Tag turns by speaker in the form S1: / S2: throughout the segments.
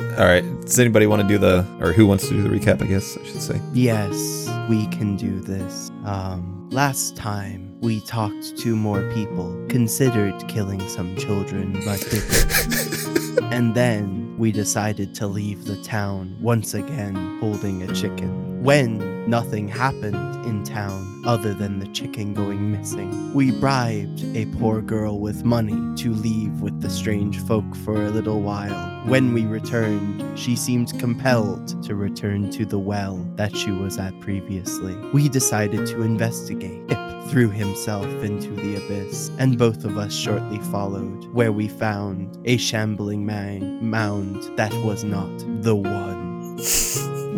S1: All right. Does anybody want to do the, or who wants to do the recap? I guess I should say.
S2: Yes, we can do this. Um, last time we talked to more people, considered killing some children, but didn't. and then we decided to leave the town once again holding a chicken. When nothing happened in town other than the chicken going missing, we bribed a poor girl with money to leave with the strange folk for a little while. When we returned, she seemed compelled to return to the well that she was at previously. We decided to investigate. Ip threw himself into the abyss, and both of us shortly followed, where we found a shambling man mound that was not the one.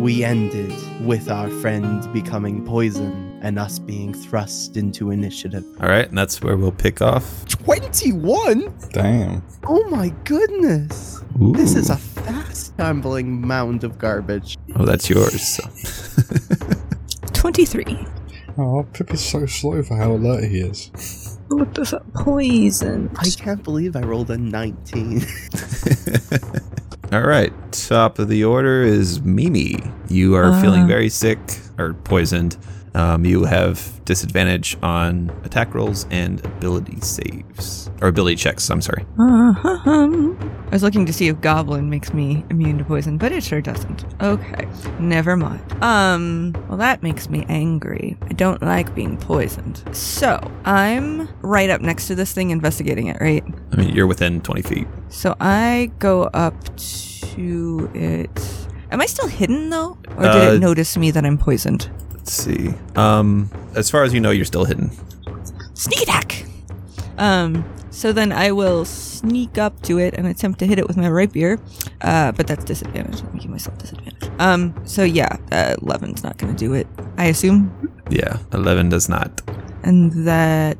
S2: We ended with our friend becoming poison and us being thrust into initiative.
S1: All right, and that's where we'll pick off.
S2: 21?
S3: Damn.
S2: Oh my goodness.
S1: Ooh.
S2: This is a fast shambling mound of garbage.
S1: Oh, that's yours. So.
S4: 23.
S3: Oh, Pip is so slow for how alert he is.
S4: What does that poison?
S2: I can't believe I rolled a 19.
S1: All right. Top of the order is Mimi. You are feeling
S4: Ah.
S1: very sick or poisoned. Um, you have disadvantage on attack rolls and ability saves or ability checks. I'm sorry.
S4: Uh-huh. I was looking to see if goblin makes me immune to poison, but it sure doesn't. Okay, never mind. Um, well that makes me angry. I don't like being poisoned. So, I'm right up next to this thing investigating it, right?
S1: I mean, you're within 20 feet.
S4: So I go up to it. Am I still hidden though? Or did
S1: Uh,
S4: it notice me that I'm poisoned?
S1: Let's see. Um, as far as you know, you're still hidden.
S4: Sneak attack! Um, so then I will sneak up to it and attempt to hit it with my rapier. Uh, but that's disadvantage. Let me give myself disadvantage. Um, so yeah, uh, 11's not gonna do it, I assume.
S1: Yeah, 11 does not.
S4: And that.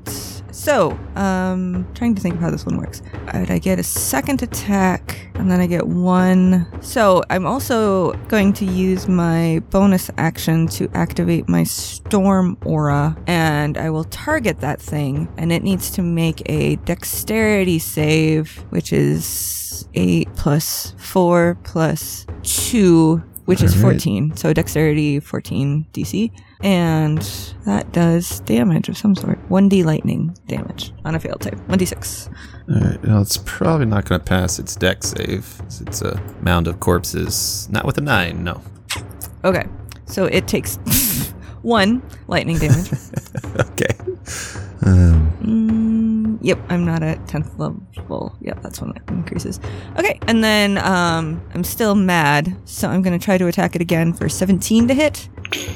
S4: So, um, trying to think of how this one works. Alright, I get a second attack, and then I get one. So, I'm also going to use my bonus action to activate my storm aura, and I will target that thing, and it needs to make a dexterity save, which is 8 plus 4 plus 2, which is
S1: All right.
S4: 14. So, dexterity 14 DC. And that does damage of some sort. 1d lightning damage on a failed type. 1d6.
S1: All right, well, it's probably not going to pass its deck save. 'cause It's a mound of corpses. Not with a 9, no.
S4: Okay. So it takes one lightning damage.
S1: okay. Um,
S4: mm, yep, I'm not at 10th level. Yep, that's when it increases. Okay, and then um, I'm still mad, so I'm going to try to attack it again for 17 to hit.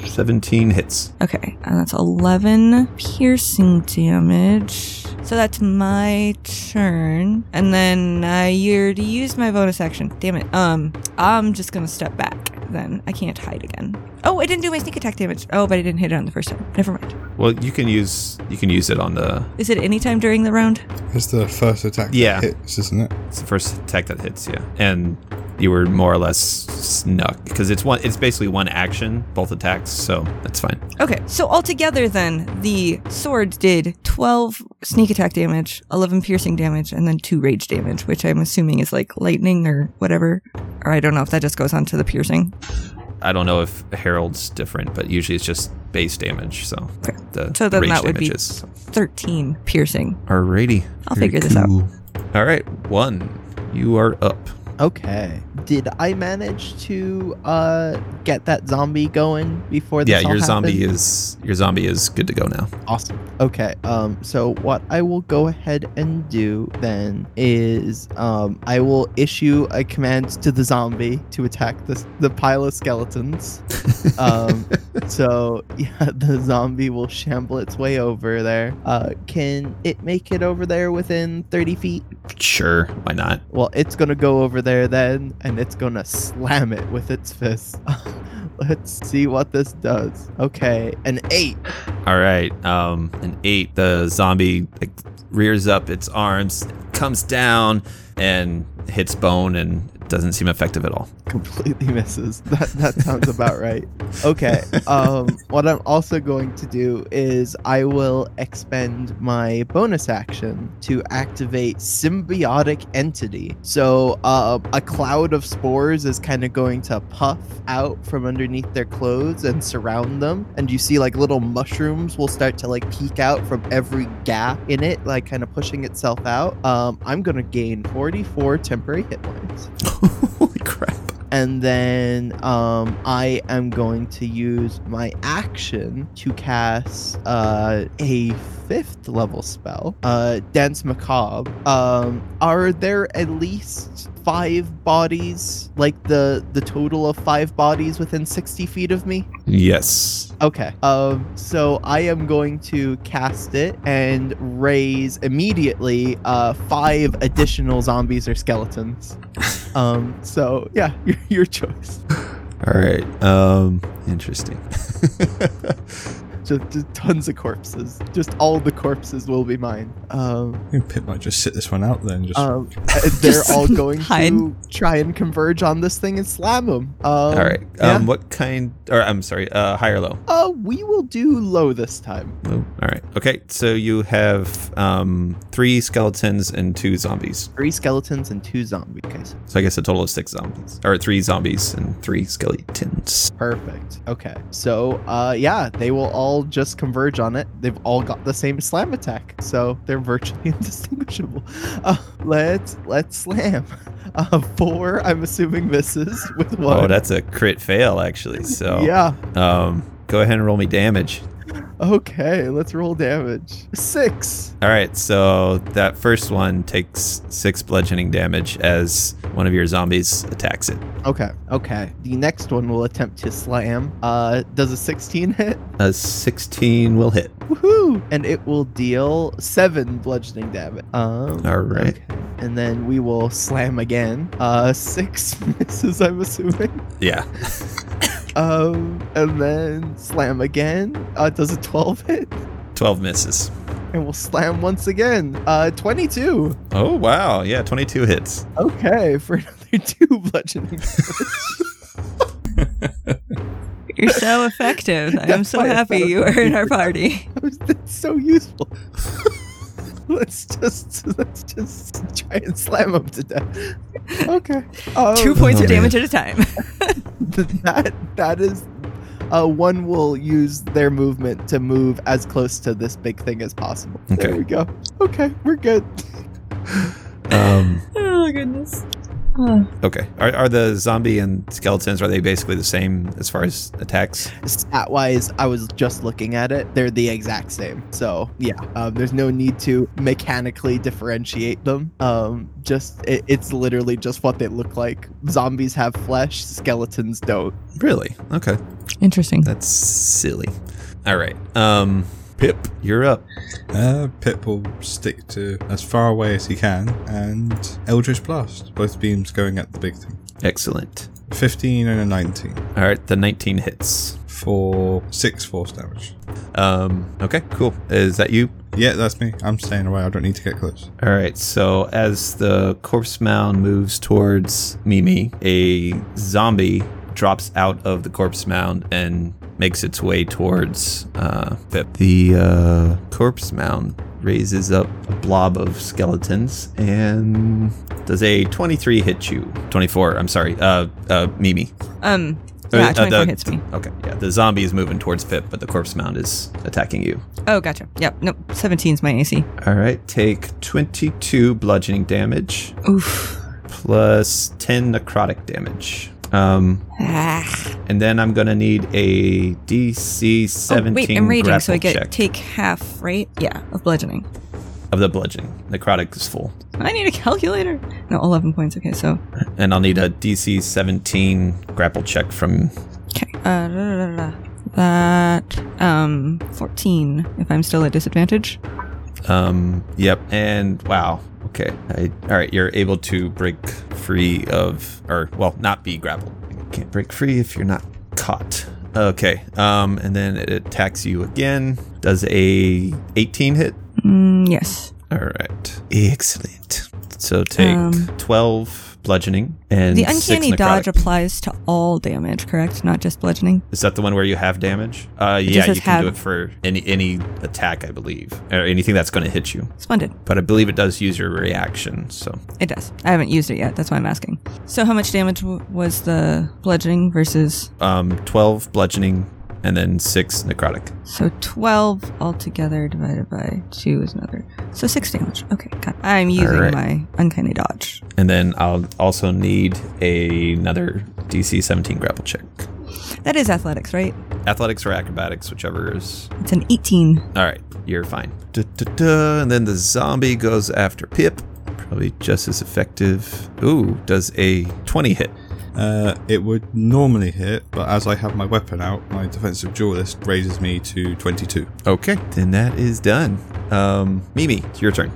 S1: 17 hits.
S4: Okay, and that's 11 piercing damage. So that's my turn. And then I you're to use my bonus action. Damn it. Um, I'm just gonna step back then. I can't hide again. Oh, I didn't do my sneak attack damage. Oh, but I didn't hit it on the first time. Never mind.
S1: Well, you can use you can use it on the
S4: Is it any time during the round?
S3: It's the first attack that
S1: Yeah.
S3: hits, isn't it?
S1: it's the first attack that hits you, and you were more or less snuck because it's one it's basically one action both attacks, so that's fine.
S4: Okay, so altogether then, the sword did 12 sneak attack damage, 11 piercing damage, and then 2 rage damage, which I'm assuming is like lightning or whatever. Or I don't know if that just goes on to the piercing.
S1: I don't know if Herald's different, but usually it's just base damage. So
S4: Okay.
S1: the
S4: So then
S1: rage
S4: that would be-
S1: damages.
S4: 13 piercing.
S1: Alrighty.
S4: I'll figure this out.
S1: All right, one. You are up.
S2: okay. Did I manage to uh get that zombie going before this
S1: Yeah,
S2: all
S1: your zombie
S2: happened?
S1: is your zombie is good to go now.
S2: awesome. Okay. Um so what I will go ahead and do then is um I will issue a command to the zombie to attack this the pile of skeletons. Um, So yeah, the zombie will shamble its way over there. Uh, can it make it over there within 30 feet?
S1: sure, why not?
S2: Well, it's gonna go over there then, and it's gonna slam it with its fist. Let's see what this does. Okay, an eight.
S1: All right, um, an eight. The zombie like, rears up its arms, comes down, and hits bone and Doesn't seem effective at all.
S2: completely misses. That that sounds about right. Okay. Um, what I'm also going to do is I will expend my bonus action to activate symbiotic entity. So uh, a cloud of spores is kind of going to puff out from underneath their clothes and surround them, and you see like little mushrooms will start to like peek out from every gap in it, like kind of pushing itself out. Um, I'm gonna gain 44 temporary hit points
S1: Holy crap.
S2: and then um, I am going to use my action to cast uh, a fifth level spell, uh, Dance Macabre. Um, are there at least five bodies, like the the total of five bodies within sixty feet of me?
S1: Yes.
S2: Okay. Um. So I am going to cast it and raise immediately uh five additional zombies or skeletons. Um. So yeah, your, your choice.
S1: All right. Um, interesting.
S2: Just, just tons of corpses. Just all the corpses will be mine. Um.
S3: I think Pip might just sit this one out then. Just
S2: um uh, they're
S4: Just
S2: all going
S4: hide.
S2: to try and converge on this thing and slam them. Um,
S1: all right. Um,
S2: yeah.
S1: what kind? Or I'm sorry. Uh, high or low?
S2: Uh, we will do low this time.
S1: Low. All right. Okay. So you have um three skeletons and two zombies.
S2: Three skeletons and two zombies. Okay, so
S1: So I guess a total of six zombies, or three zombies and three skeletons.
S2: Perfect. Okay. So, uh, yeah, they will all just converge on it. They've all got the same slam attack, so they're virtually indistinguishable. Uh, let's let's slam. Uh, four, I'm assuming misses with one.
S1: Oh, that's oh. a crit fail actually. So
S2: Yeah.
S1: Um, go ahead and roll me damage.
S2: Okay. Let's roll damage. Six.
S1: All right, so that first one takes six bludgeoning damage as one of your zombies attacks it.
S2: Okay. Okay. The next one will attempt to slam. Uh, does a 16 hit?
S1: A 16 will hit.
S2: Woohoo! And it will deal seven bludgeoning damage. Um,
S1: All right.
S2: okay. And then we will slam again. Uh, six misses, I'm assuming.
S1: Yeah.
S2: Um, and then slam again. Uh, does a 12 hit?
S1: 12 misses.
S2: And we'll slam once again. Uh, 22.
S1: Oh, wow. Yeah, 22 hits.
S2: Okay, for another two bludgeoning.
S4: You're so effective. I am so
S2: That's my
S4: happy you are in our party.
S2: That's so useful. Let's just let's just try and slam him to death. Okay. Um,
S4: Two points
S1: Oh, Okay.
S4: of damage at a time.
S2: Th- that that is uh, one will use their movement to move as close to this big thing as possible. There
S1: Okay.
S2: we go. Okay, we're good.
S1: Um,
S4: oh goodness.
S1: okay. Are, are the zombie and skeletons, are they basically the same as far as attacks?
S2: Stat wise, I was just looking at it. They're the exact same. So yeah, um, there's no need to mechanically differentiate them. Um, just it, it's literally just what they look like. Zombies have flesh, skeletons don't.
S1: Really? Okay.
S4: Interesting.
S1: That's silly. All right. Um, Pip, you're up.
S3: uh, Pip will stick to as far away as he can and Eldritch Blast. Both beams going at the big thing.
S1: Excellent.
S3: 15 and a 19
S1: All right, the 19 hits.
S3: for 6 force damage.
S1: Um, okay, cool. Is that you?
S3: Yeah, that's me. I'm staying away. I don't need to get close.
S1: All right, so as the corpse mound moves towards Mimi, a zombie drops out of the corpse mound and makes its way towards uh, Pip. The uh, corpse mound raises up a blob of skeletons and does a 23 hit you? 24, I'm sorry, uh, uh, Mimi.
S4: Um,
S1: Uh,
S4: yeah,
S1: uh,
S4: 24
S1: the-
S4: hits me.
S1: Okay, yeah, the zombie is moving towards Pip, but the corpse mound is attacking you.
S4: Oh, gotcha. Yep. Nope. 17's my AC.
S1: All right, take 22 bludgeoning damage.
S4: Oof.
S1: plus 10 necrotic damage. Um,
S4: Ah.
S1: and then I'm gonna need a DC
S4: Oh,
S1: 17
S4: wait, I'm raging,
S1: grapple
S4: so I get
S1: check
S4: take half, right? Yeah, of bludgeoning.
S1: of the bludgeoning. Necrotic is full,
S4: I need a calculator. No, 11 points. Okay, so
S1: and I'll need a DC 17 grapple check from.
S4: okay. Uh, da, da, da, da. That um 14 if I'm still at disadvantage.
S1: Um, yep, and wow. Okay, I, all right, you're able to break free of, or well, not be grappled. You can't break free if you're not caught. Okay, um, and then it attacks you again. Does a 18 hit?
S4: Mm, yes.
S1: All right. Excellent. So take
S4: Um,
S1: 12 bludgeoning and
S4: the
S1: six
S4: uncanny
S1: necrotic.
S4: dodge applies to all damage, correct? Not just bludgeoning.
S1: Is that the one where you have damage? Uh, yeah,
S4: just
S1: you
S4: says
S1: can
S4: have.
S1: do it for any any attack, I believe, or anything that's going to hit you.
S4: Splendid.
S1: But I believe it does use your reaction. So
S4: It does. I haven't used it yet. That's why I'm asking. So, how much damage w- was the bludgeoning versus?
S1: um, twelve bludgeoning and then six necrotic.
S4: So, 12 altogether divided by 2 is another. So, 6 damage. Okay, got it. I'm using
S1: right.
S4: my uncanny dodge.
S1: And then I'll also need a, another DC 17 grapple check.
S4: That is athletics, right?
S1: Athletics or acrobatics, whichever is.
S4: It's an 18.
S1: All right, you're fine. Da-da-da, and then the zombie goes after Pip. Probably just as effective. Ooh, does a 20 hit.
S3: Uh, it would normally hit, but as I have my weapon out, my defensive duelist raises me to 22.
S1: Okay. Then that is done. Um, Mimi, it's your turn.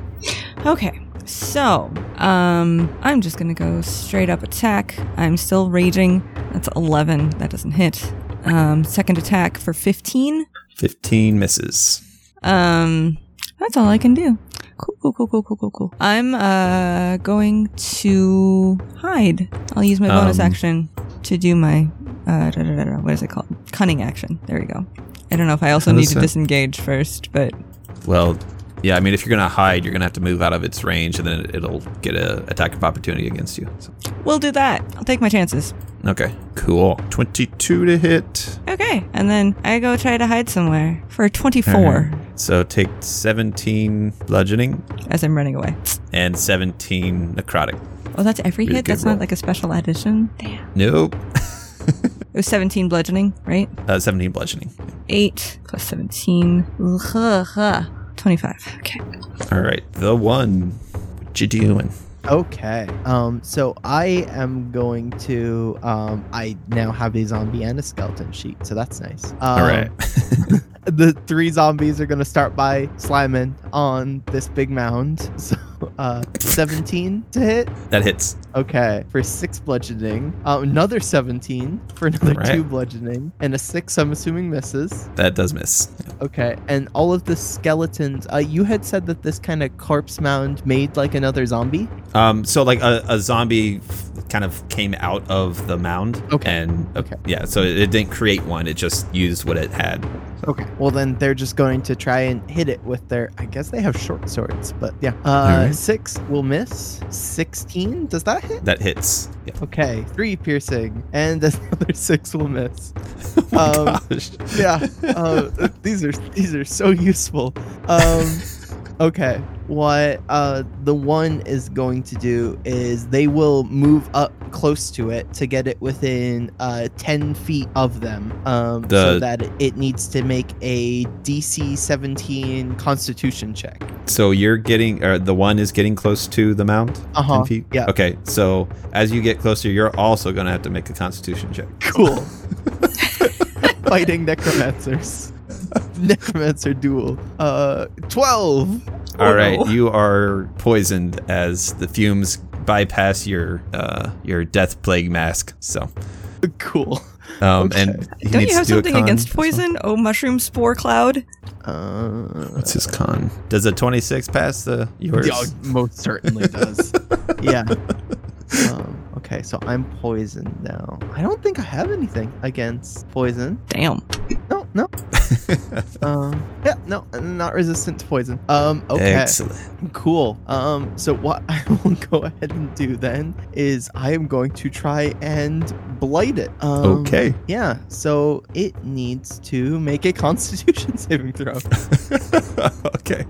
S4: Okay. So, um, I'm just gonna go straight up attack. I'm still raging. That's 11. That doesn't hit. Um, second attack for 15.
S1: 15 misses.
S4: Um, that's all I can do. Cool, cool, cool, cool, cool, cool, cool. I'm uh going to hide. I'll use my bonus
S1: Um,
S4: action to do my uh da, da, da, da, what is it called? Cunning action. There we go. I don't know if I also
S1: How
S4: need
S1: does
S4: to
S1: that-
S4: disengage first, but
S1: Well, yeah, I mean, if you're going to hide, you're going to have to move out of its range, and then it'll get a attack of opportunity against you. So-
S4: we'll do that. I'll take my chances.
S1: okay, cool. 22 to hit.
S4: Okay, and then I go try to hide somewhere for 24
S1: So take 17 bludgeoning
S4: as I'm running away.
S1: and 17 necrotic.
S4: Oh, that's every
S1: Really
S4: hit.
S1: good
S4: That's
S1: roll.
S4: not like a special addition. Damn.
S1: Nope.
S4: It was 17 bludgeoning, right?
S1: Uh, 17 bludgeoning.
S4: 8 plus 17. Ugh, 25. Okay.
S1: All right. The one. What you doing?
S2: Okay. Um. So I am going to. Um. I now have a zombie and a skeleton sheet, so that's nice. Um,
S1: All right.
S2: The three zombies are gonna start by sliming on this big mound. So, uh, seventeen to hit.
S1: that hits.
S2: Okay, for six bludgeoning. Um, another seventeen for another
S1: All right.
S2: two bludgeoning, and a six. I'm assuming misses.
S1: That does miss.
S2: Okay, and all of the skeletons. Uh, you had said that this kind of corpse mound made like another zombie.
S1: Um, so like a, a zombie f- kind of came out of the mound.
S2: Okay.
S1: And
S2: Okay.
S1: yeah, so it, it didn't create one. It just used what it had.
S2: Okay. Well, then they're just going to try and hit it with their. I guess they have short swords, but yeah. Uh,
S1: Alright.
S2: Six will miss. Sixteen. Does that hit?
S1: That hits. Yeah.
S2: Okay. Three piercing, and another six will miss.
S1: Oh my
S2: Um,
S1: gosh.
S2: yeah. Uh, these are these are so useful. Um, okay. What uh, the one is going to do is they will move up close to it to get it within uh, ten feet of them, um, so
S1: The-
S2: that it needs to make a DC seventeen Constitution check.
S1: So you're getting, or the one is getting close to the mound.
S2: Uh huh.
S1: 10 feet?
S2: Yeah.
S1: Okay, so as you get closer, you're also going to have to make a constitution check.
S2: Cool. Fighting necromancers. Necromancer duel. Uh, twelve.
S1: All right,
S4: Oh, no.
S1: you are poisoned as the fumes bypass your uh, your death plague mask. So,
S2: Cool.
S1: um,
S2: Okay.
S1: and he
S4: Don't
S1: needs
S4: you
S1: to
S4: have
S1: do a
S4: something
S1: con
S4: against
S1: as well.
S4: poison? Oh, mushroom spore cloud.
S2: Uh,
S1: What's his con? Does a 26 pass the yours?
S2: Yeah, most certainly does. yeah. Um, okay, so I'm poisoned now. I don't think I have anything against poison.
S4: Damn.
S2: No, no. Um, yeah, no, I'm not resistant to poison. Um, okay,
S1: Excellent.
S2: cool. Um, so what I will go ahead and do then is I am going to try and blight it. Um,
S1: okay.
S2: Yeah, so it needs to make a Constitution saving throw.
S1: okay.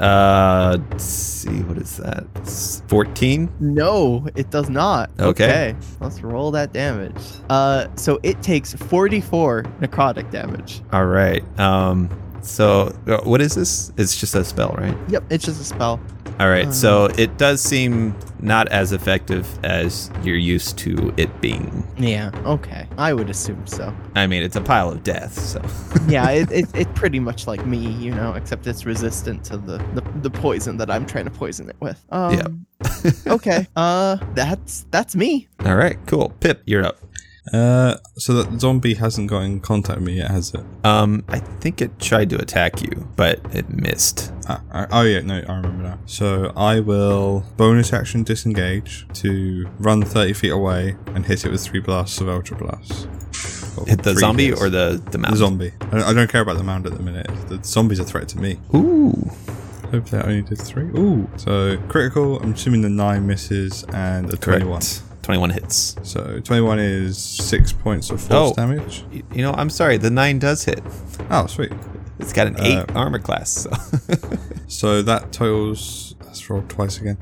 S1: Uh, let's see, what is that? It's 14?
S2: No, it does not.
S1: Okay.
S2: Let's roll that damage. Uh so it takes 44 necrotic damage.
S1: All right. Um, so uh, what is this? It's just a spell, right?
S2: Yep, it's just a spell.
S1: All right, so it does seem not as effective as you're used to it being.
S2: Yeah. Okay. I would assume so.
S1: I mean, it's a pile of death, so
S2: Yeah, it, it, it's pretty much like me, you know, except it's resistant to the, the, the poison that I'm trying to poison it with. Um, okay. Uh that's that's me.
S1: all right, cool. Pip, you're up.
S3: Uh, so that zombie hasn't got in contact with me yet, has it?
S1: Um, I think it tried to attack you, but it missed.
S3: Ah, I, oh yeah, no, I remember now. So I will bonus action disengage to run 30 feet away and hit it with three blasts of Ultra Blast. Or
S1: Hit the
S3: three
S1: zombie
S3: hits.
S1: or the the mouse?
S3: The zombie. I don't, I don't care about the mound at the minute. The zombie's a threat to me.
S1: Ooh.
S3: Hopefully I only did three. Ooh. So critical, I'm assuming the nine misses and a 21.
S1: Correct. 21 hits.
S3: So 21 is six points of force
S1: Oh.
S3: damage.
S1: Y- You know, I'm sorry, the 9 does hit.
S3: Oh, sweet.
S1: It's got an
S3: Uh,
S1: 8 armor class. So.
S3: So that totals. That's rolled twice again.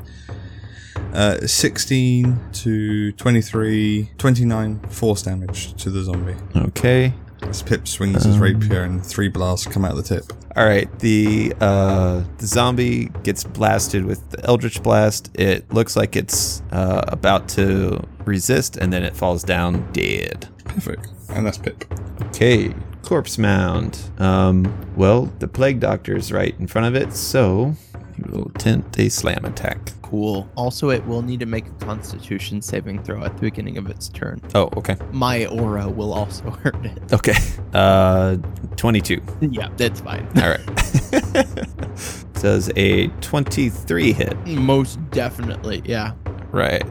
S3: Uh, 16 to 23, 29 force damage to the zombie.
S1: okay.
S3: As Pip swings his rapier and three blasts come out the tip.
S1: All right, the uh, the zombie gets blasted with the Eldritch Blast. It looks like it's uh, about to resist, and then it falls down dead.
S3: Perfect. And that's Pip.
S1: Okay, corpse mound. Um, well, the plague doctor's right in front of it, so he will attempt a slam attack.
S2: Cool. Also, it will need to make a Constitution saving throw at the beginning of its turn.
S1: Oh, okay,
S2: My aura will also hurt it.
S1: okay. Uh, twenty-two.
S2: yeah, that's fine.
S1: All right. Does a twenty-three hit?
S2: Most definitely. Yeah.
S1: Right.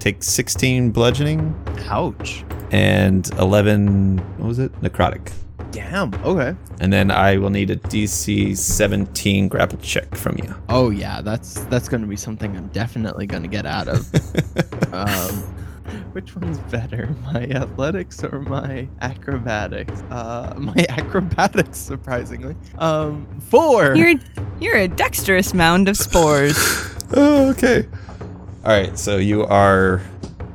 S1: Take sixteen bludgeoning
S2: Ouch.
S1: and eleven. What was it? Necrotic.
S2: Damn. Okay.
S1: And then I will need a DC 17 grapple check from you.
S2: Oh yeah, that's that's gonna be something I'm definitely gonna get out of. um, which one's better, my athletics or my acrobatics? Uh, my acrobatics, surprisingly. Um, 4
S4: You're you're a dexterous mound of spores.
S1: Oh, okay. All right, so you are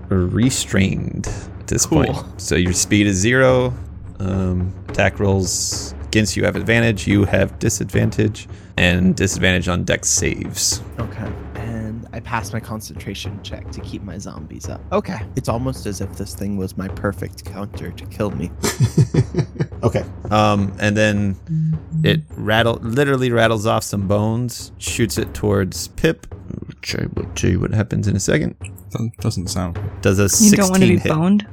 S1: restrained at this
S2: Cool.
S1: point. So your speed is zero. Um, attack rolls against you have advantage. You have disadvantage and disadvantage on dex saves.
S2: Okay. And I passed my concentration check to keep my zombies up. Okay. It's almost as if this thing was my perfect counter to kill me.
S1: Okay. Um, and then it rattle literally rattles off some bones, shoots it towards Pip. Which I will tell you what happens in a second.
S3: Dun- Doesn't sound.
S1: Does a
S4: You
S1: 16
S4: don't want to be
S1: hit.
S4: boned.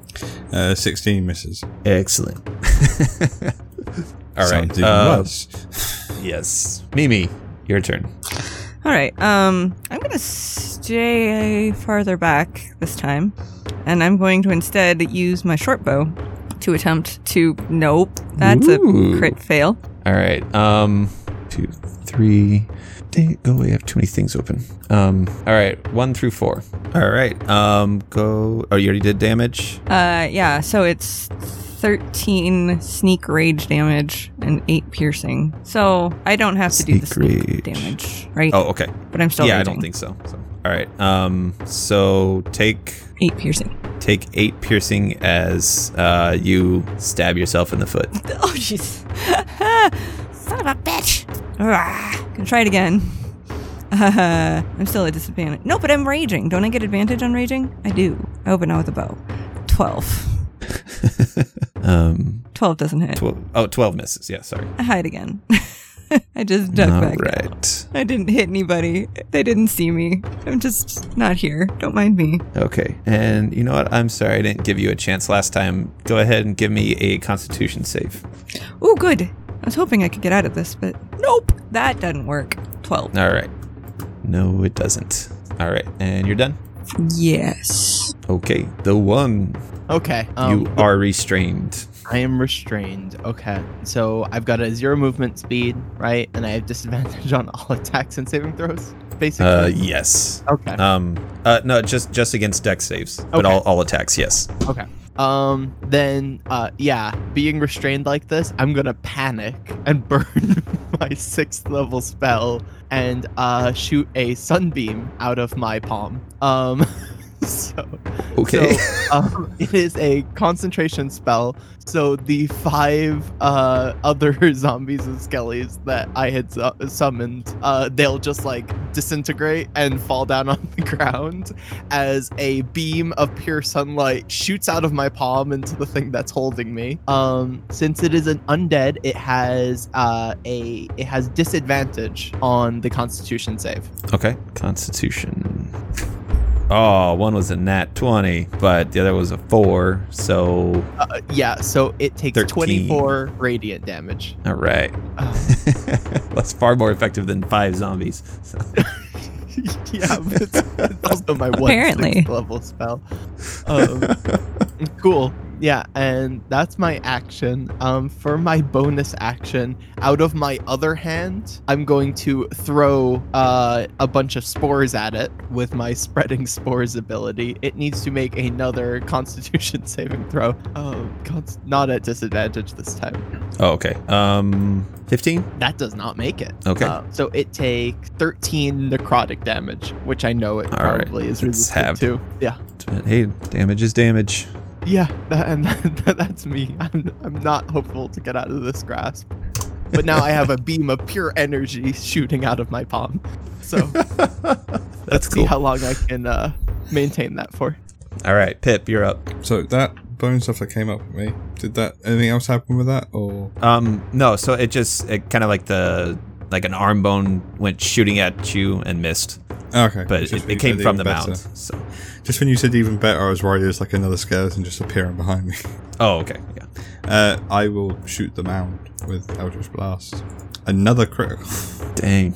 S3: Uh, 16 misses.
S1: Excellent. All right.
S3: Sounds even
S1: uh,
S3: worse.
S1: yes. Mimi, your turn.
S4: All right. Um, I'm gonna stay farther back this time, and I'm going to instead use my short bow to attempt to. Nope, that's
S1: Ooh.
S4: a crit fail.
S1: All right. Um, two, three. Dang, go away. I have too many things open. Um, all right. One through four. All right. Um, go. Oh, you already did damage.
S4: Uh, yeah. So it's. 13 sneak rage damage and 8 piercing. So I don't have to do the
S1: Sneak
S4: sneak
S1: rage.
S4: damage, right?
S1: Oh, okay.
S4: But I'm still
S1: yeah, I
S4: raging.
S1: don't think so. so. All right. Um, so take
S4: 8 piercing.
S1: take eight piercing as uh you stab yourself in the foot.
S4: Oh, jeez. Son of a bitch. Arrgh. Gonna try it again. Uh, I'm still at disadvantage. No, but I'm raging. Don't I get advantage on raging? I do. Oh, but not with a bow. 12.
S1: Um,
S4: 12 doesn't hit.
S1: twelve oh, 12 misses. Yeah, sorry.
S4: I hide again. I just duck
S1: All
S4: back.
S1: right.
S4: I didn't hit anybody. They didn't see me. I'm just not here. Don't mind me.
S1: Okay. And you know what? I'm sorry I didn't give you a chance last time. Go ahead and give me a constitution save.
S4: Oh, good. I was hoping I could get out of this, but nope. That doesn't work. 12.
S1: All right. No, it doesn't. All right. And you're done?
S4: Yes.
S1: Okay. The one.
S2: Okay. Um,
S1: you are restrained.
S2: I am restrained. Okay. So I've got a zero movement speed, right? And I have disadvantage on all attacks and saving throws, basically.
S1: Uh, yes.
S2: okay.
S1: Um, uh, no, just just against dex saves, but
S2: Okay.
S1: all, all attacks, yes.
S2: Um, then, uh, yeah, being restrained like this, I'm gonna panic and burn my sixth level spell and uh, shoot a sunbeam out of my palm. Um, so,
S1: Okay.
S2: so, um, it is a concentration spell. So the five uh, other zombies and skellies that I had su- summoned, uh, they'll just like disintegrate and fall down on the ground as a beam of pure sunlight shoots out of my palm into the thing that's holding me. Um, since it is an undead, it has uh, a it has disadvantage on the Constitution save.
S1: okay. Constitution. Oh, one was a nat 20, but the other was a 4. So,
S2: Uh, yeah, so it takes
S1: 13.
S2: 24 radiant damage.
S1: all right. That's far more effective than five zombies. So,
S2: yeah, but it's, it's also my one
S4: Apparently.
S2: sixth level spell. Um, cool. Yeah, and that's my action. Um, for my bonus action, out of my other hand, I'm going to throw uh, a bunch of spores at it with my spreading spores ability. It needs to make another Constitution saving throw. Oh, const- not at disadvantage this time.
S1: oh, okay. Um, 15?
S2: That does not make it.
S1: Okay.
S2: Uh, so it takes 13 necrotic damage, which I know it
S1: All right,
S2: probably is
S1: let's
S2: resistant
S1: have-
S2: to. Yeah.
S1: Hey, damage is damage.
S2: Yeah, that, and that, that's me. I'm, I'm not hopeful to get out of this grasp. But now I have a beam of pure energy shooting out of my palm. So
S1: That's
S2: let's see how long I can uh, maintain that for.
S1: All right, Pip, you're up.
S3: So that bone stuff that came up with me, did that anything else happen with that or
S1: Um, no, so it just it kind of like the like an arm bone went shooting at you and missed,
S3: okay.
S1: but
S3: just
S1: it,
S3: when you
S1: it came
S3: said
S1: from
S3: even
S1: the
S3: better.
S1: mound. So,
S3: Just when you said even better, I was worried there's like another skeleton just appearing behind me.
S1: oh, okay, yeah.
S3: Uh, I will shoot the mound with Eldritch Blast. Another critical.
S1: Dang.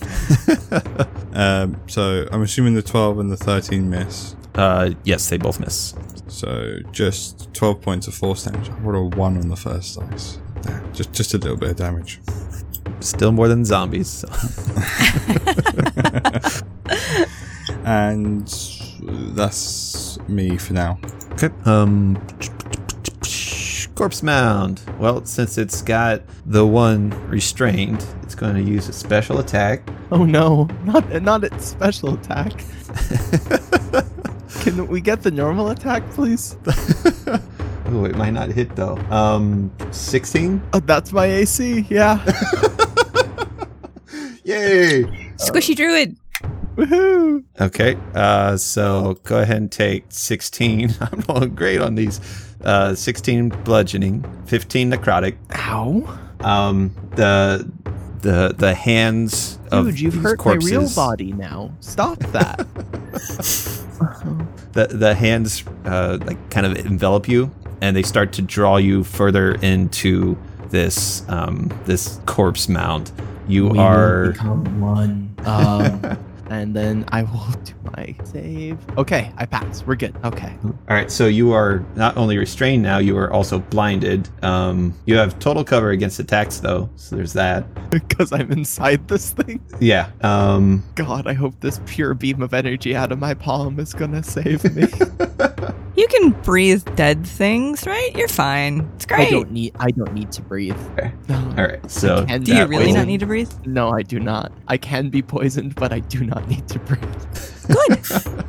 S3: Um, so I'm assuming the 12 and the 13 miss.
S1: Uh, yes, they both miss.
S3: So just 12 points of force damage. I rolled a 1 on the first dice. Damn, Just, just a little bit of damage.
S1: Still more than zombies. So.
S3: And that's me for now.
S1: Okay. Um, corpse mound. Well, since it's got the one restrained, it's going to use a special attack.
S2: Oh no, not not its special attack. Can we get the normal attack, please?
S1: Ooh, it might not hit though. Um, sixteen.
S2: Oh, that's my AC. Yeah.
S1: Yay!
S4: Squishy druid.
S2: Woohoo.
S1: Okay. Uh, so go ahead and take sixteen. I'm rolling great on these. Uh, sixteen bludgeoning, fifteen necrotic.
S2: Ow.
S1: Um, the the the hands of
S2: Dude, you've
S1: these
S2: hurt
S1: corpses.
S2: my real body now. Stop that.
S1: the the hands uh, like kind of envelop you and they start to draw you further into this um, this corpse mound. You
S2: We will
S1: are
S2: become one. Um, and then I will do my save. Okay, I pass. We're good. Okay.
S1: all right. So you are not only restrained now, you are also blinded. Um, you have total cover against attacks though, so there's that.
S2: Because I'm inside this thing.
S1: Yeah. Um,
S2: God, I hope this pure beam of energy out of my palm is gonna save me.
S4: You can breathe dead things, right? You're fine. It's
S2: I
S4: great.
S2: don't need I don't need to breathe.
S1: Okay.
S2: No.
S1: all right. So
S2: can
S4: Do you
S2: that
S4: really
S2: will-
S4: not need to breathe?
S2: No, I do not. I can be poisoned, but I do not need to breathe.
S4: Good.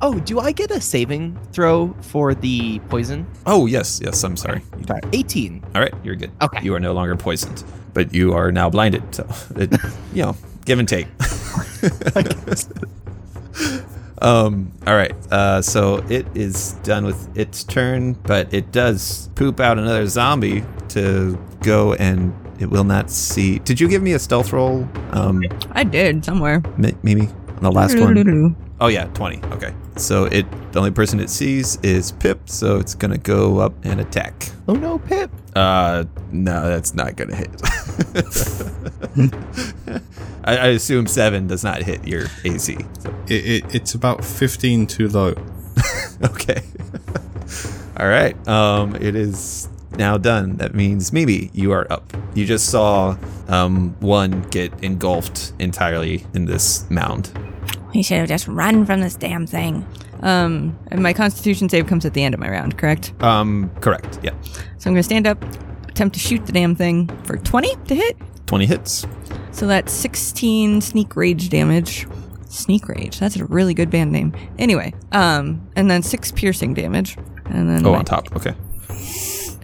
S2: Oh, do I get a saving throw for the poison?
S1: Oh yes, yes. I'm sorry. You-
S2: Sorry. 18.
S1: All right, you're good.
S2: Okay.
S1: You are no longer poisoned, but you are now blinded. So, it, you know, give and take. Um. All right. Uh. So it is done with its turn, but it does poop out another zombie to go, and it will not see. Did you give me a stealth roll? Um.
S4: I did somewhere.
S1: M- Mimi on the last one. Oh yeah, twenty. Okay. So it the only person it sees is Pip, so it's gonna go up and attack.
S2: Oh no, Pip.
S1: Uh, no, that's not gonna hit. I, I assume seven does not hit your AC. So,
S3: It, it, it's about 15 too low.
S1: okay. All right. Um, it is now done. That means Mimi, you are up. You just saw um one get engulfed entirely in this mound.
S4: He should have just run from this damn thing. Um, and my constitution save comes at the end of my round, correct?
S1: Um, correct. Yeah,
S4: So I'm going to stand up, attempt to shoot the damn thing for 20 to hit.
S1: twenty hits.
S4: So that's 16 sneak rage damage. Sneak rage. That's a really good band name. Anyway, um, and then six piercing damage, and then
S1: Oh,
S4: my
S1: on top. Okay.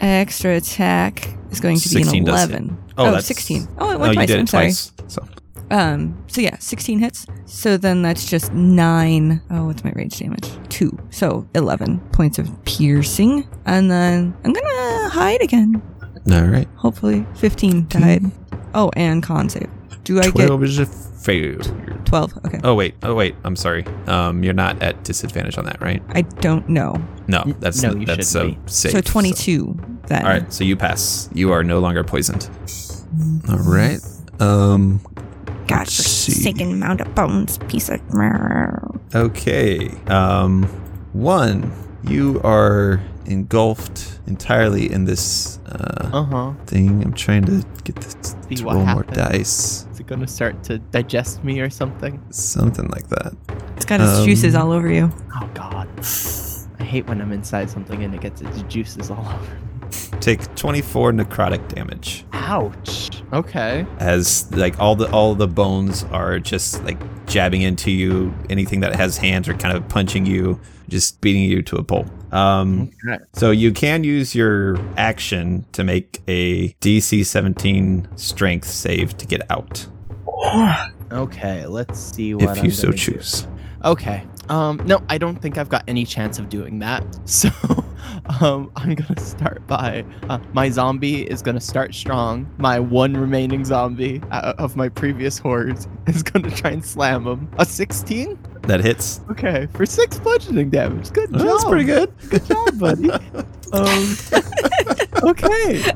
S4: extra attack is going to be an
S1: 16 does hit.
S4: 11.
S1: Oh,
S4: oh
S1: that's-
S4: 16. Oh, it
S1: oh,
S4: went
S1: you
S4: twice.
S1: did it
S4: I'm sorry.
S1: twice. So
S4: Um, so yeah, 16 hits. So then that's just nine. Oh, what's my rage damage? Two. So 11 points of piercing. And then I'm gonna hide again.
S1: all right.
S4: Hopefully. 15 to hide. Oh, and con save. Do I get
S1: Twelve is a failed.
S4: 12. Okay.
S1: Oh wait, oh wait. I'm sorry. Um, you're not at disadvantage on that, right?
S4: I don't know.
S1: No,
S2: N-
S1: that's
S2: no, you
S1: that's so
S2: shouldn't
S1: safe.
S4: so 22 then.
S1: All right, so you pass. You are no longer poisoned. All right. Um.
S4: God,
S1: let's see.
S4: forsaken mound of bones, piece of.
S1: Okay. Um. One, you are engulfed entirely in this uh,
S5: Uh huh.
S1: thing. I'm trying to get this
S5: See
S1: to
S5: what
S1: roll more
S5: happens.
S1: dice,
S5: Is it gonna start to digest me or something?
S1: something like that.
S4: It's got its
S1: Um,
S4: juices all over you.
S5: Oh god. I hate when I'm inside something and it gets its juices all over. me.
S1: Take 24 necrotic damage.
S5: Ouch. Okay.
S1: as like all the all the bones are just like jabbing into you anything that has hands are kind of punching you just beating you to a pulp um
S5: Okay.
S1: so you can use your action to make a dc 17 strength save to get out
S5: Okay. Let's see what.
S1: if
S5: I'm
S1: you so
S5: gonna do.
S1: choose
S5: Okay. Um. No, I don't think I've got any chance of doing that. So, um, I'm gonna start by uh, my zombie is gonna start strong. My one remaining zombie uh, of my previous horde is gonna try and slam him. A 16.
S1: that hits
S5: Okay, for six bludgeoning damage. Good
S1: Oh,
S5: job.
S1: that's pretty good
S5: Good job, buddy. um, okay.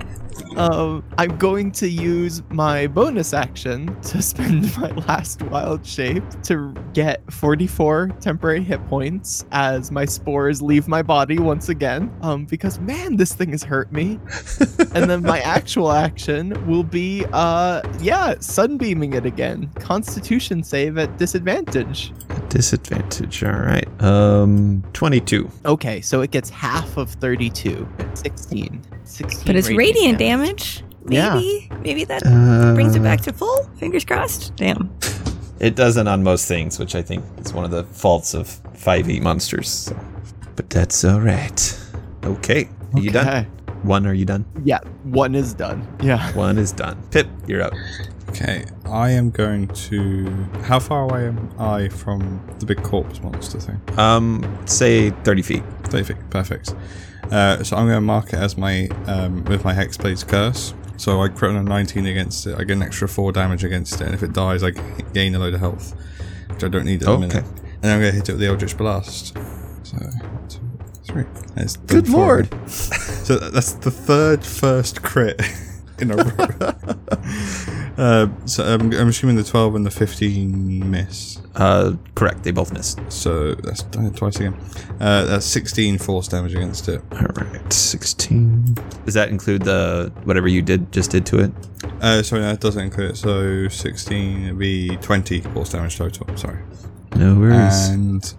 S5: Um, I'm going to use my bonus action to spend my last wild shape to get 44 temporary hit points as my spores leave my body once again. Um, because man, this thing has hurt me. and then my actual action will be, uh, yeah, sunbeaming it again. Constitution save at disadvantage.
S1: disadvantage all right um 22
S5: Okay, so it gets half of 32. 16. 16
S4: But it's radiant damage.
S5: Yeah.
S4: Maybe. Maybe that
S1: uh,
S4: brings it back to full. Fingers crossed. Damn.
S1: It doesn't on most things, which I think is one of the faults of 5e monsters. so. But that's all right. Okay. Are you done? One, are you done?
S5: Yeah, one is done. Yeah.
S1: One is done. Pip, you're up.
S3: Okay, I am going to. How far away am I from the big corpse monster thing?
S1: Um, say 30 feet.
S3: Perfect, perfect. Uh, so I'm going to mark it as my um, with my hexblade's curse. So I crit on a 19 against it. I get an extra four damage against it, and if it dies, I g- gain a load of health, which I don't need at
S1: Okay.
S3: the minute. And I'm going to hit it with the eldritch blast. So one, two, three. That's done
S1: Good
S3: four
S1: lord.
S3: of them. So tha- that's the third first crit in a row. uh, so I'm, I'm assuming the 12 and the 15 miss.
S1: Uh, correct. They both missed.
S3: So that's done it twice again. Uh, that's 16 force damage against it.
S1: All right. 16. Does that include the whatever you did just did to it?
S3: Uh, sorry, that doesn't include it. So 16 would be 20 force damage total. Sorry.
S1: No worries.
S3: And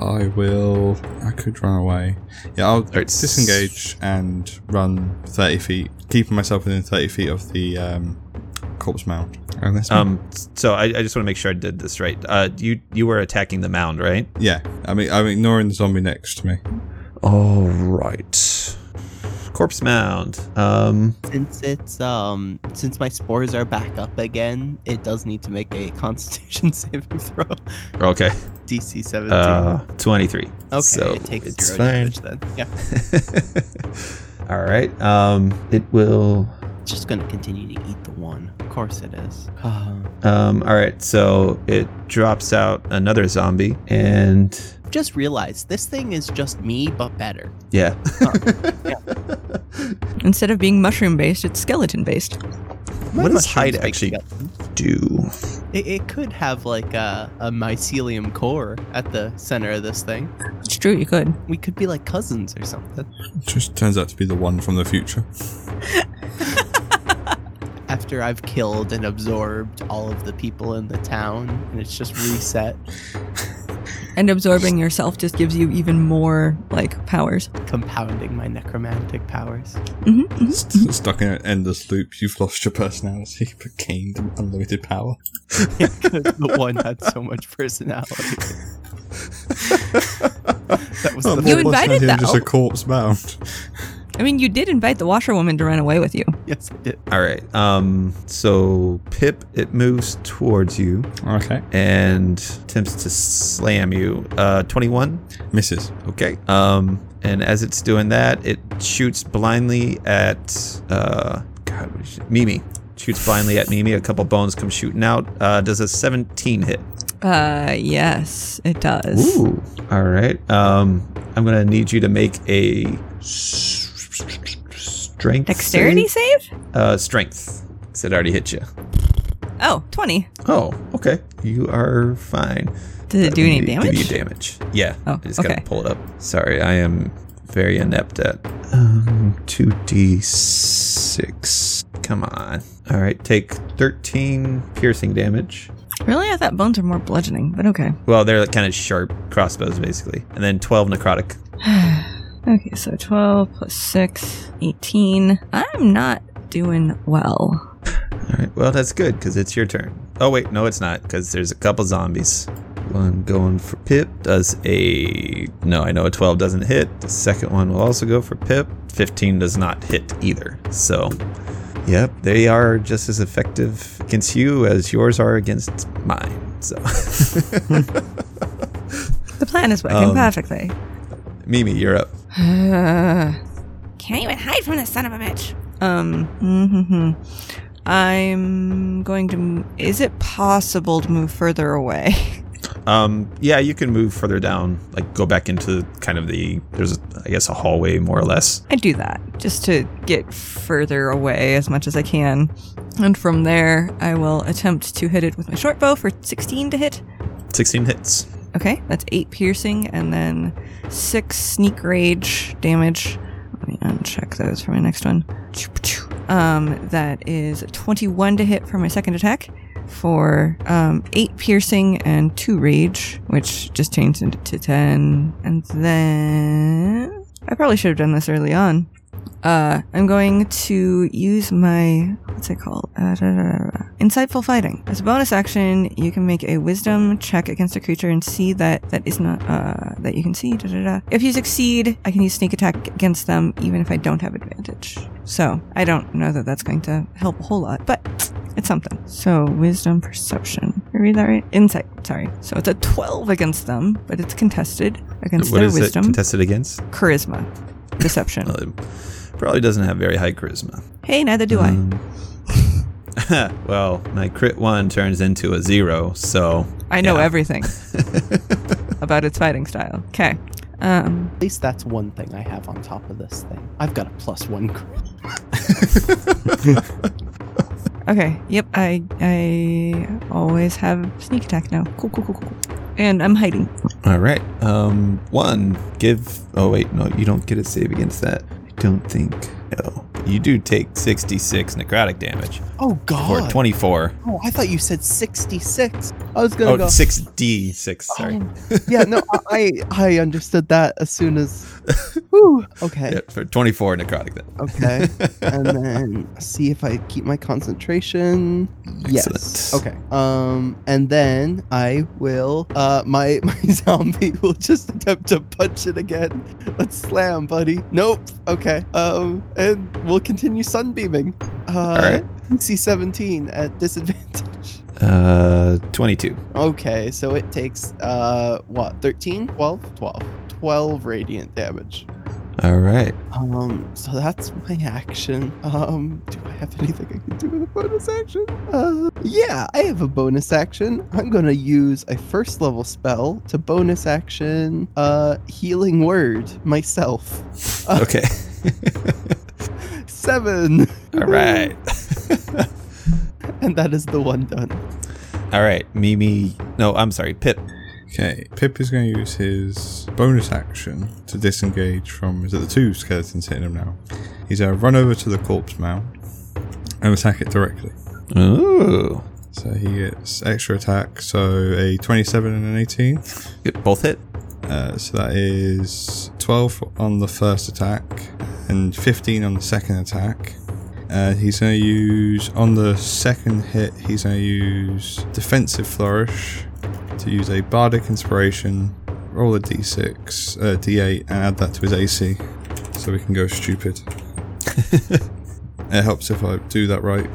S3: I will. I could run away. Yeah, I'll
S1: right, s-
S3: disengage and run 30 feet, keeping myself within 30 feet of the um, corpse mound. Oh, that's me.
S1: um, so I, I just want to make sure I did this right. Uh, you you were attacking the mound, right?
S3: yeah, I mean, I'm ignoring the zombie next to me.
S1: All right. Corpse mound. Um,
S2: Since it's um since my spores are back up again, it does need to make a constitution saving throw.
S1: okay.
S2: DC 17.
S1: Uh, 23.
S2: okay,
S1: so
S2: it takes
S1: it's
S2: zero
S1: fine.
S2: damage then. Yeah.
S1: All right. Um, it will.
S2: Just gonna continue to eat the one. Of course it is. Uh,
S1: Um, all right. So it drops out another zombie, and
S2: just realized this thing is just me but better.
S1: yeah.
S2: Oh,
S4: Instead of being mushroom based, it's skeleton based.
S2: My
S1: What does
S2: mushrooms
S1: hide
S2: make
S1: actually-
S2: skeletons.
S1: Do
S2: It, it could have like a, a mycelium core at the center of this thing.
S4: It's true, you could.
S2: We could be like cousins or something.
S3: Just turns out to be the one from the future.
S2: After I've killed and absorbed all of the people in the town, and it's just reset
S4: And absorbing yourself just gives you even more, like, powers.
S2: compounding my necromantic powers.
S4: hmm hmm
S3: St- Stuck in an endless loop, you've lost your personality but gained unlimited power.
S2: the one had so much personality. that was
S3: Oh,
S2: the
S4: You
S3: well,
S4: invited
S3: personality, I'm
S4: though.
S3: Just a corpse mound.
S4: I mean, you did invite the washerwoman to run away with you.
S2: yes, it did.
S1: all right. Um, so Pip, it moves towards you
S3: Okay,
S1: and attempts to slam you. Uh, twenty-one.
S3: misses.
S1: Okay. Um, and as it's doing that, it shoots blindly at uh, God, what is it? Mimi. Shoots blindly at Mimi. A couple bones come shooting out. Uh, does a 17 hit?
S4: Uh, yes, it does.
S1: Ooh. All right. Um, I'm gonna need you to make a s- strength.
S4: Dexterity
S1: save?
S4: save?
S1: Uh, strength. 'cause it already hit you.
S4: Oh, 20.
S1: Oh, okay. You are fine.
S4: Did it do
S1: Give
S4: any
S1: you-
S4: damage?
S1: Give you damage. Yeah.
S4: Oh,
S1: I just gotta
S4: okay.
S1: pull it up. Sorry, I am very inept at um, 2d6. Come on. All right, take 13 piercing damage.
S4: Really? I thought bones are more bludgeoning, but okay.
S1: Well, they're like kind of sharp crossbows, basically. And then 12 necrotic.
S4: okay, so 12 plus 6, 18. I'm not doing well.
S1: All right, well, that's good because it's your turn. Oh, wait, no, it's not because there's a couple zombies. One going for Pip does a. No, I know a 12 doesn't hit. The second one will also go for Pip. 15 does not hit either. So, yep, they are just as effective against you as yours are against mine. So,
S4: The plan is working
S1: Um,
S4: perfectly.
S1: Mimi, you're up.
S4: Can't even hide from this son of a bitch. Um, mm-hmm. I'm going to. m- Is it possible to move further away?
S1: Um, yeah, you can move further down, like go back into kind of the. There's, I guess, a hallway more or less.
S4: I do that just to get further away as much as I can. And from there, I will attempt to hit it with my short bow for 16 to hit.
S1: 16 hits.
S4: Okay, that's 8 piercing and then 6 sneak rage damage. Let me uncheck those for my next one. Um, that is 21 to hit for my second attack for um, 8 piercing and 2 rage, which just changed into to 10. And then. I probably should have done this early on. Uh, I'm going to use my what's it called? Uh, da, da, da, da. Insightful fighting. As a bonus action, you can make a wisdom check against a creature and see that that is not uh, that you can see. Da, da, da. If you succeed, I can use sneak attack against them, even if I don't have advantage. So I don't know that that's going to help a whole lot, but it's something. So wisdom perception. Did I read that right? Insight. Sorry. So it's a 12 against them, but it's contested against
S1: What
S4: their
S1: is
S4: wisdom
S1: it contested against?
S4: charisma, deception.
S1: Uh, probably doesn't have very high charisma.
S4: hey, neither do
S1: mm, I? well, my crit one turns into a zero, so
S4: I. I know
S1: yeah.
S4: everything about its fighting style. Okay. Um,
S2: At least that's one thing I have on top of this thing. I've got a plus one crit.
S4: okay. Yep. I I always have sneak attack now. Cool. Cool. Cool. Cool. cool. And I'm hiding.
S1: all right. Um, one give. Oh wait, no, you don't get a save against that. I don't think. No, you do take sixty-six necrotic damage
S2: Oh
S1: or
S2: god.
S1: twenty-four.
S2: Oh, I thought you said 66. I was gonna
S1: Oh,
S2: go.
S1: six D six. Sorry,
S2: Oh, yeah, no, I I understood that as soon as. Whew, okay,
S1: yeah, for twenty-four necrotic then.
S2: okay, Um, and then see if I keep my concentration. Yes. Okay.
S1: Excellent.
S2: Um, and then I will. Uh, my my zombie will just attempt to punch it again. Let's slam, buddy. Nope. Okay. Um, and we'll continue sunbeaming. Uh,
S1: right.
S2: C seventeen at disadvantage.
S1: Uh, twenty-two.
S2: Okay, so it takes uh what 13, 12, 12, 12 radiant damage.
S1: All right.
S2: Um so that's my action. Um do I have anything I can do with a bonus action? Uh yeah, I have a bonus action. I'm going to use a first level spell to bonus action uh healing word myself. Uh,
S1: Okay.
S2: 7.
S1: all right.
S2: And that is the one done.
S1: all right, Mimi. No, I'm sorry, Pip.
S3: Okay, Pip is going to use his bonus action to disengage from. Is it the two skeletons hitting him now? He's going to run over to the corpse mound and attack it directly.
S1: Ooh.
S3: So he gets extra attack, so a 27 and an 18.
S1: Good. Both hit.
S3: Uh, so that is 12 on the first attack and 15 on the second attack. Uh, he's going to use, on the second hit, he's going to use Defensive Flourish to use a Bardic Inspiration, roll a d6, uh, d8, and add that to his AC so we can go stupid. it helps if I do that right.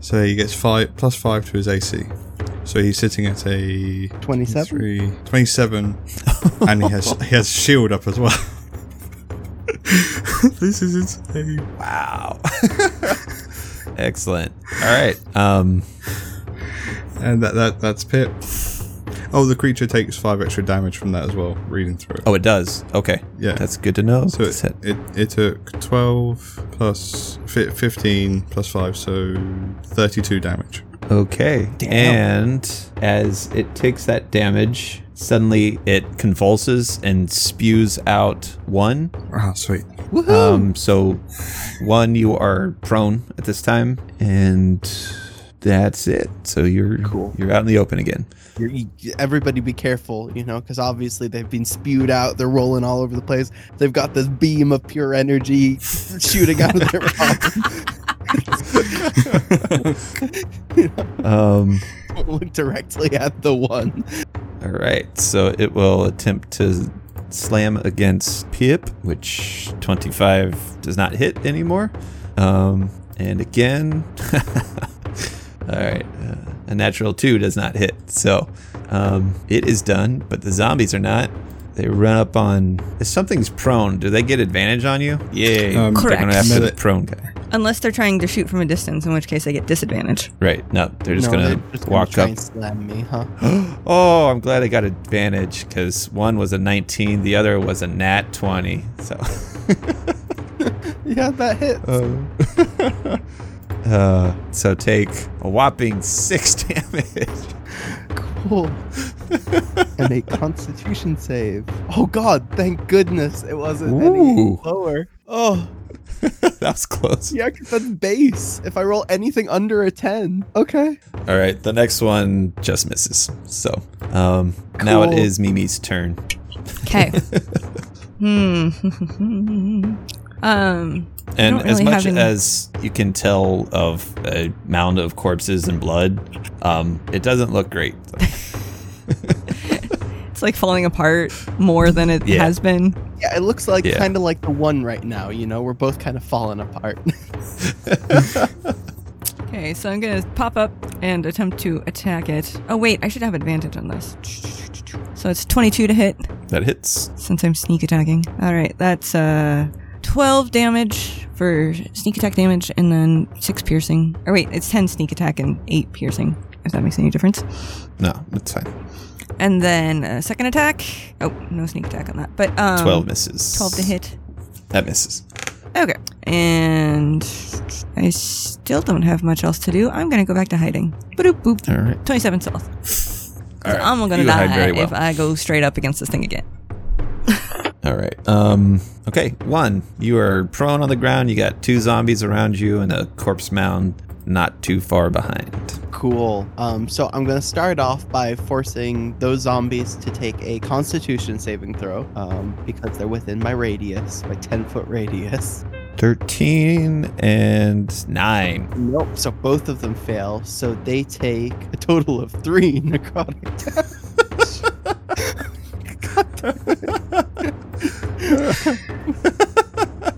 S3: So he gets five plus 5 to his AC. So he's sitting at a
S2: 27.
S3: Three, 27 and he has he has shield up as well this is insane
S1: Wow. Excellent. All right. Um,
S3: and that, that that's pip Oh, the creature takes five extra damage from that as well. Reading through it.
S1: Oh, it does. Okay.
S3: yeah.
S1: That's good to know.
S3: So
S1: That's
S3: it,
S1: it.
S3: it, it took 12 plus fi- 15 plus 5, so 32 damage.
S1: Okay. And as it takes that damage, suddenly it convulses and spews out one.
S3: Ah, sweet.
S1: Um, so, one, you are prone at this time, and that's it. So you're
S2: Cool.
S1: you're out in the open again.
S2: You're, you- everybody be careful, you know, because obviously they've been spewed out. They're rolling all over the place. They've got this beam of pure energy shooting out of their mouth.
S1: Um,
S2: Don't Look directly at the one.
S1: all right. So it will attempt to slam against Pip, which 25 does not hit anymore. Um, and again, all right. Uh, a natural two does not hit. So um, it is done, but the zombies are not. They run up on. If something's prone, do they get advantage on you? Yay. They're
S3: Um,
S1: going
S4: Correct.
S1: after the
S3: Melee-
S1: prone guy.
S4: Unless they're trying to shoot from a distance, in which case they get disadvantage.
S1: Right. No, they're just
S2: No,
S1: going
S2: they're
S1: to
S2: just
S1: walk
S2: try
S1: up
S2: and slam me, huh?
S1: oh, I'm glad I got advantage because one was a 19, the other was a nat 20. So,
S2: Yeah, that hit.
S1: uh, uh, so take a whopping six damage.
S2: Cool. and a Constitution save. Oh God! Thank goodness it wasn't
S1: Ooh.
S2: any lower. Oh
S1: that was close.
S2: yeah, 'cause that's base. If I roll anything under a ten, okay.
S1: All right, the next one just misses. So, um, now it
S2: Cool.
S1: is Mimi's turn.
S4: Okay. hmm. um.
S1: And as
S4: don't really
S1: much
S4: have any-
S1: as you can tell of a mound of corpses and blood, um, it doesn't look great.
S4: It's like falling apart more than it
S1: Yeah.
S4: has been.
S2: Yeah, it looks like
S1: Yeah.
S2: kind of like the one right now. You know, we're both kind of falling apart.
S4: Okay, so I'm gonna pop up and attempt to attack it. Oh wait, I should have advantage on this. So it's 22 to hit
S1: that hits.
S4: since I'm sneak attacking. All right, that's uh 12 damage for sneak attack damage, and then six piercing. Or wait, it's 10 sneak attack and eight piercing. If that makes any difference.
S1: No, it's fine.
S4: And then uh, second attack. Oh, no sneak attack on that. But um,
S1: 12 misses.
S4: 12 to hit.
S1: That misses.
S4: Okay. And I still don't have much else to do. I'm going to go back to hiding. Boop, boop.
S1: All right.
S4: 27 stealth. So I'm going to
S1: You hide
S4: die
S1: very well.
S4: if I go straight up against this thing again.
S1: All right. Um. Okay. One, you are prone on the ground. You got two zombies around you and a corpse mound not too far behind.
S2: Cool. Um, so I'm gonna start off by forcing those zombies to take a Constitution saving throw, um, because they're within my radius, my 10 foot radius.
S1: Thirteen and nine.
S2: Nope. So both of them fail. So they take a total of three necrotic damage.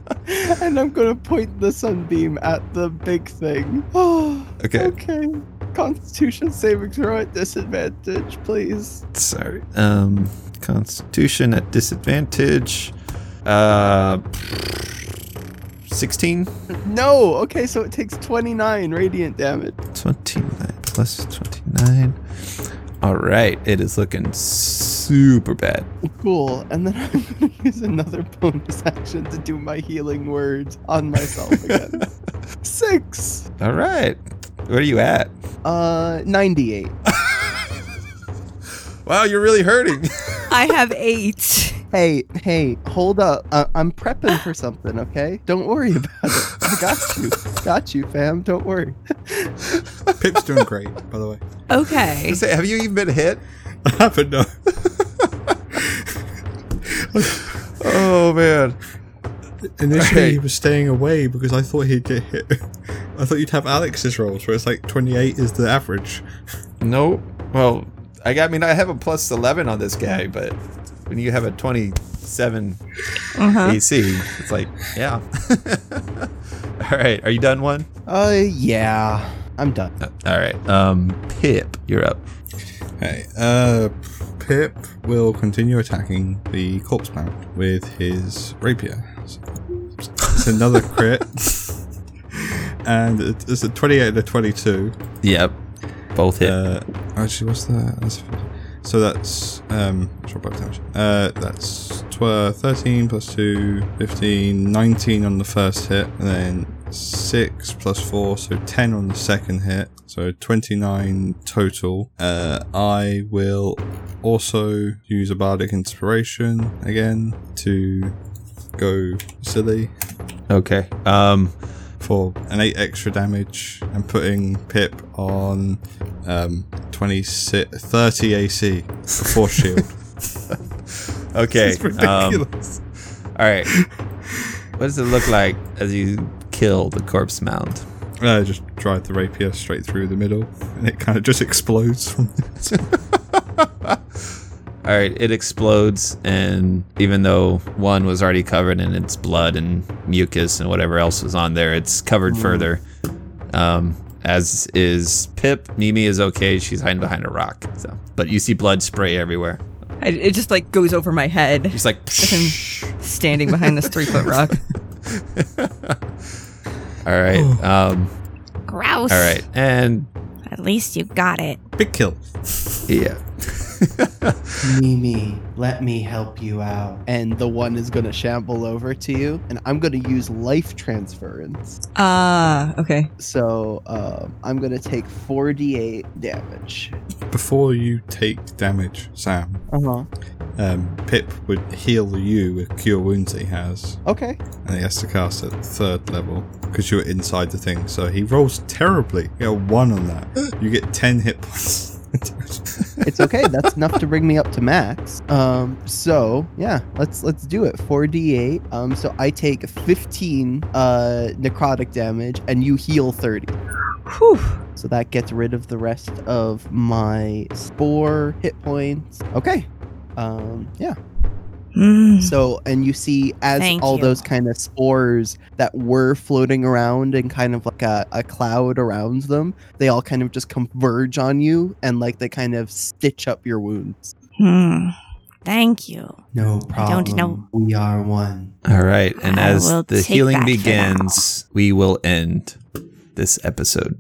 S2: and I'm gonna point the sunbeam at the big thing. Oh,
S1: Okay.
S2: Okay. Constitution saving throw at disadvantage, please.
S1: Sorry. Um. Constitution at disadvantage. Uh. Sixteen.
S2: No. Okay, so it takes 29 radiant damage.
S1: 29 plus 29. All right. It is looking super bad.
S2: Cool. And then I'm gonna use another bonus action to do my healing word on myself again. Six.
S1: All right. Where are you at?
S2: Uh, 98.
S1: Wow, you're really hurting.
S4: I have eight.
S2: Hey, hey, hold up. Uh, I'm prepping for something, okay? Don't worry about it. I got you. Got you, fam. Don't worry.
S3: Pip's doing great, by the way.
S4: Okay.
S1: Say, have you even been hit?
S3: but no.
S1: Oh man.
S3: Initially,
S1: Okay.
S3: he was staying away because I thought he'd get hit. I thought you'd have Alex's rolls, where it's like 28 is the average.
S1: Nope. Well, I got I mean I have a plus eleven on this guy, but when you have a twenty seven
S4: Uh-huh.
S1: AC, it's like, yeah. All right, are you done one?
S2: Uh, yeah. I'm done.
S1: Uh, All right. Um Pip, you're up.
S3: Okay, uh, Pip will continue attacking the corpse mound with his rapier. So It's another crit. and it- it's a 28 to 22.
S1: Yep. Both hit.
S3: Uh, actually, what's the? That's, So that's um, what's your bite damage? Uh, that's tw- 13 plus 2, 15, 19 on the first hit, and then 6 plus 4, so 10 on the second hit. So 29 total. Uh, I will also use a bardic inspiration again to go silly
S1: Uh, Okay. Um,
S3: for an 8 extra damage and putting Pip on um, 26, 30 AC before shield.
S1: okay.
S3: It's
S1: Um,
S3: ridiculous.
S1: all right. What does it look like as you kill the corpse mound?
S3: I just drive the rapier straight through the middle and it kind of just explodes. from-
S1: All right, it explodes, and even though one was already covered in its blood and mucus and whatever else was on there, it's covered further. Um, as is Pip, Mimi is okay. She's hiding behind a rock. So, but you see blood spray everywhere.
S4: I, it just like goes over my head,
S1: It's like.
S4: standing behind this three foot rock.
S1: All right. Um,
S6: Gross.
S1: all right, and
S6: At least you got it.
S3: Big kill.
S1: yeah.
S7: Mimi, let me help you out.
S2: And the one is gonna shamble over to you, and I'm gonna use life transference.
S4: Ah, okay.
S2: So um, I'm gonna take 48 damage.
S3: Before you take damage, Sam,
S2: Uh huh.
S3: um, Pip would heal you with Cure Wounds that he has.
S2: Okay.
S3: and he has to cast at third level because you're inside the thing. So he rolls terribly. You get a one on that. You get ten hit points.
S2: It's okay. That's enough to bring me up to max. Um, so yeah, let's let's do it. 4d8. Um, so I take 15 uh necrotic damage, and you heal 30.
S4: Whew.
S2: So that gets rid of the rest of my spore hit points. Okay. Um, yeah.
S4: Mm.
S2: So, and you see as
S6: Thank
S2: all
S6: you.
S2: those kind of spores that were floating around and kind of like a, a cloud around them, they all kind of just converge on you and like they kind of stitch up your wounds.
S6: Hmm. Thank you.
S7: No
S6: I
S7: problem.
S6: don't know.
S7: We are one.
S1: All right, and
S6: I
S1: as
S6: will
S1: the
S6: take
S1: healing
S6: that for now.
S1: begins, we will end this episode.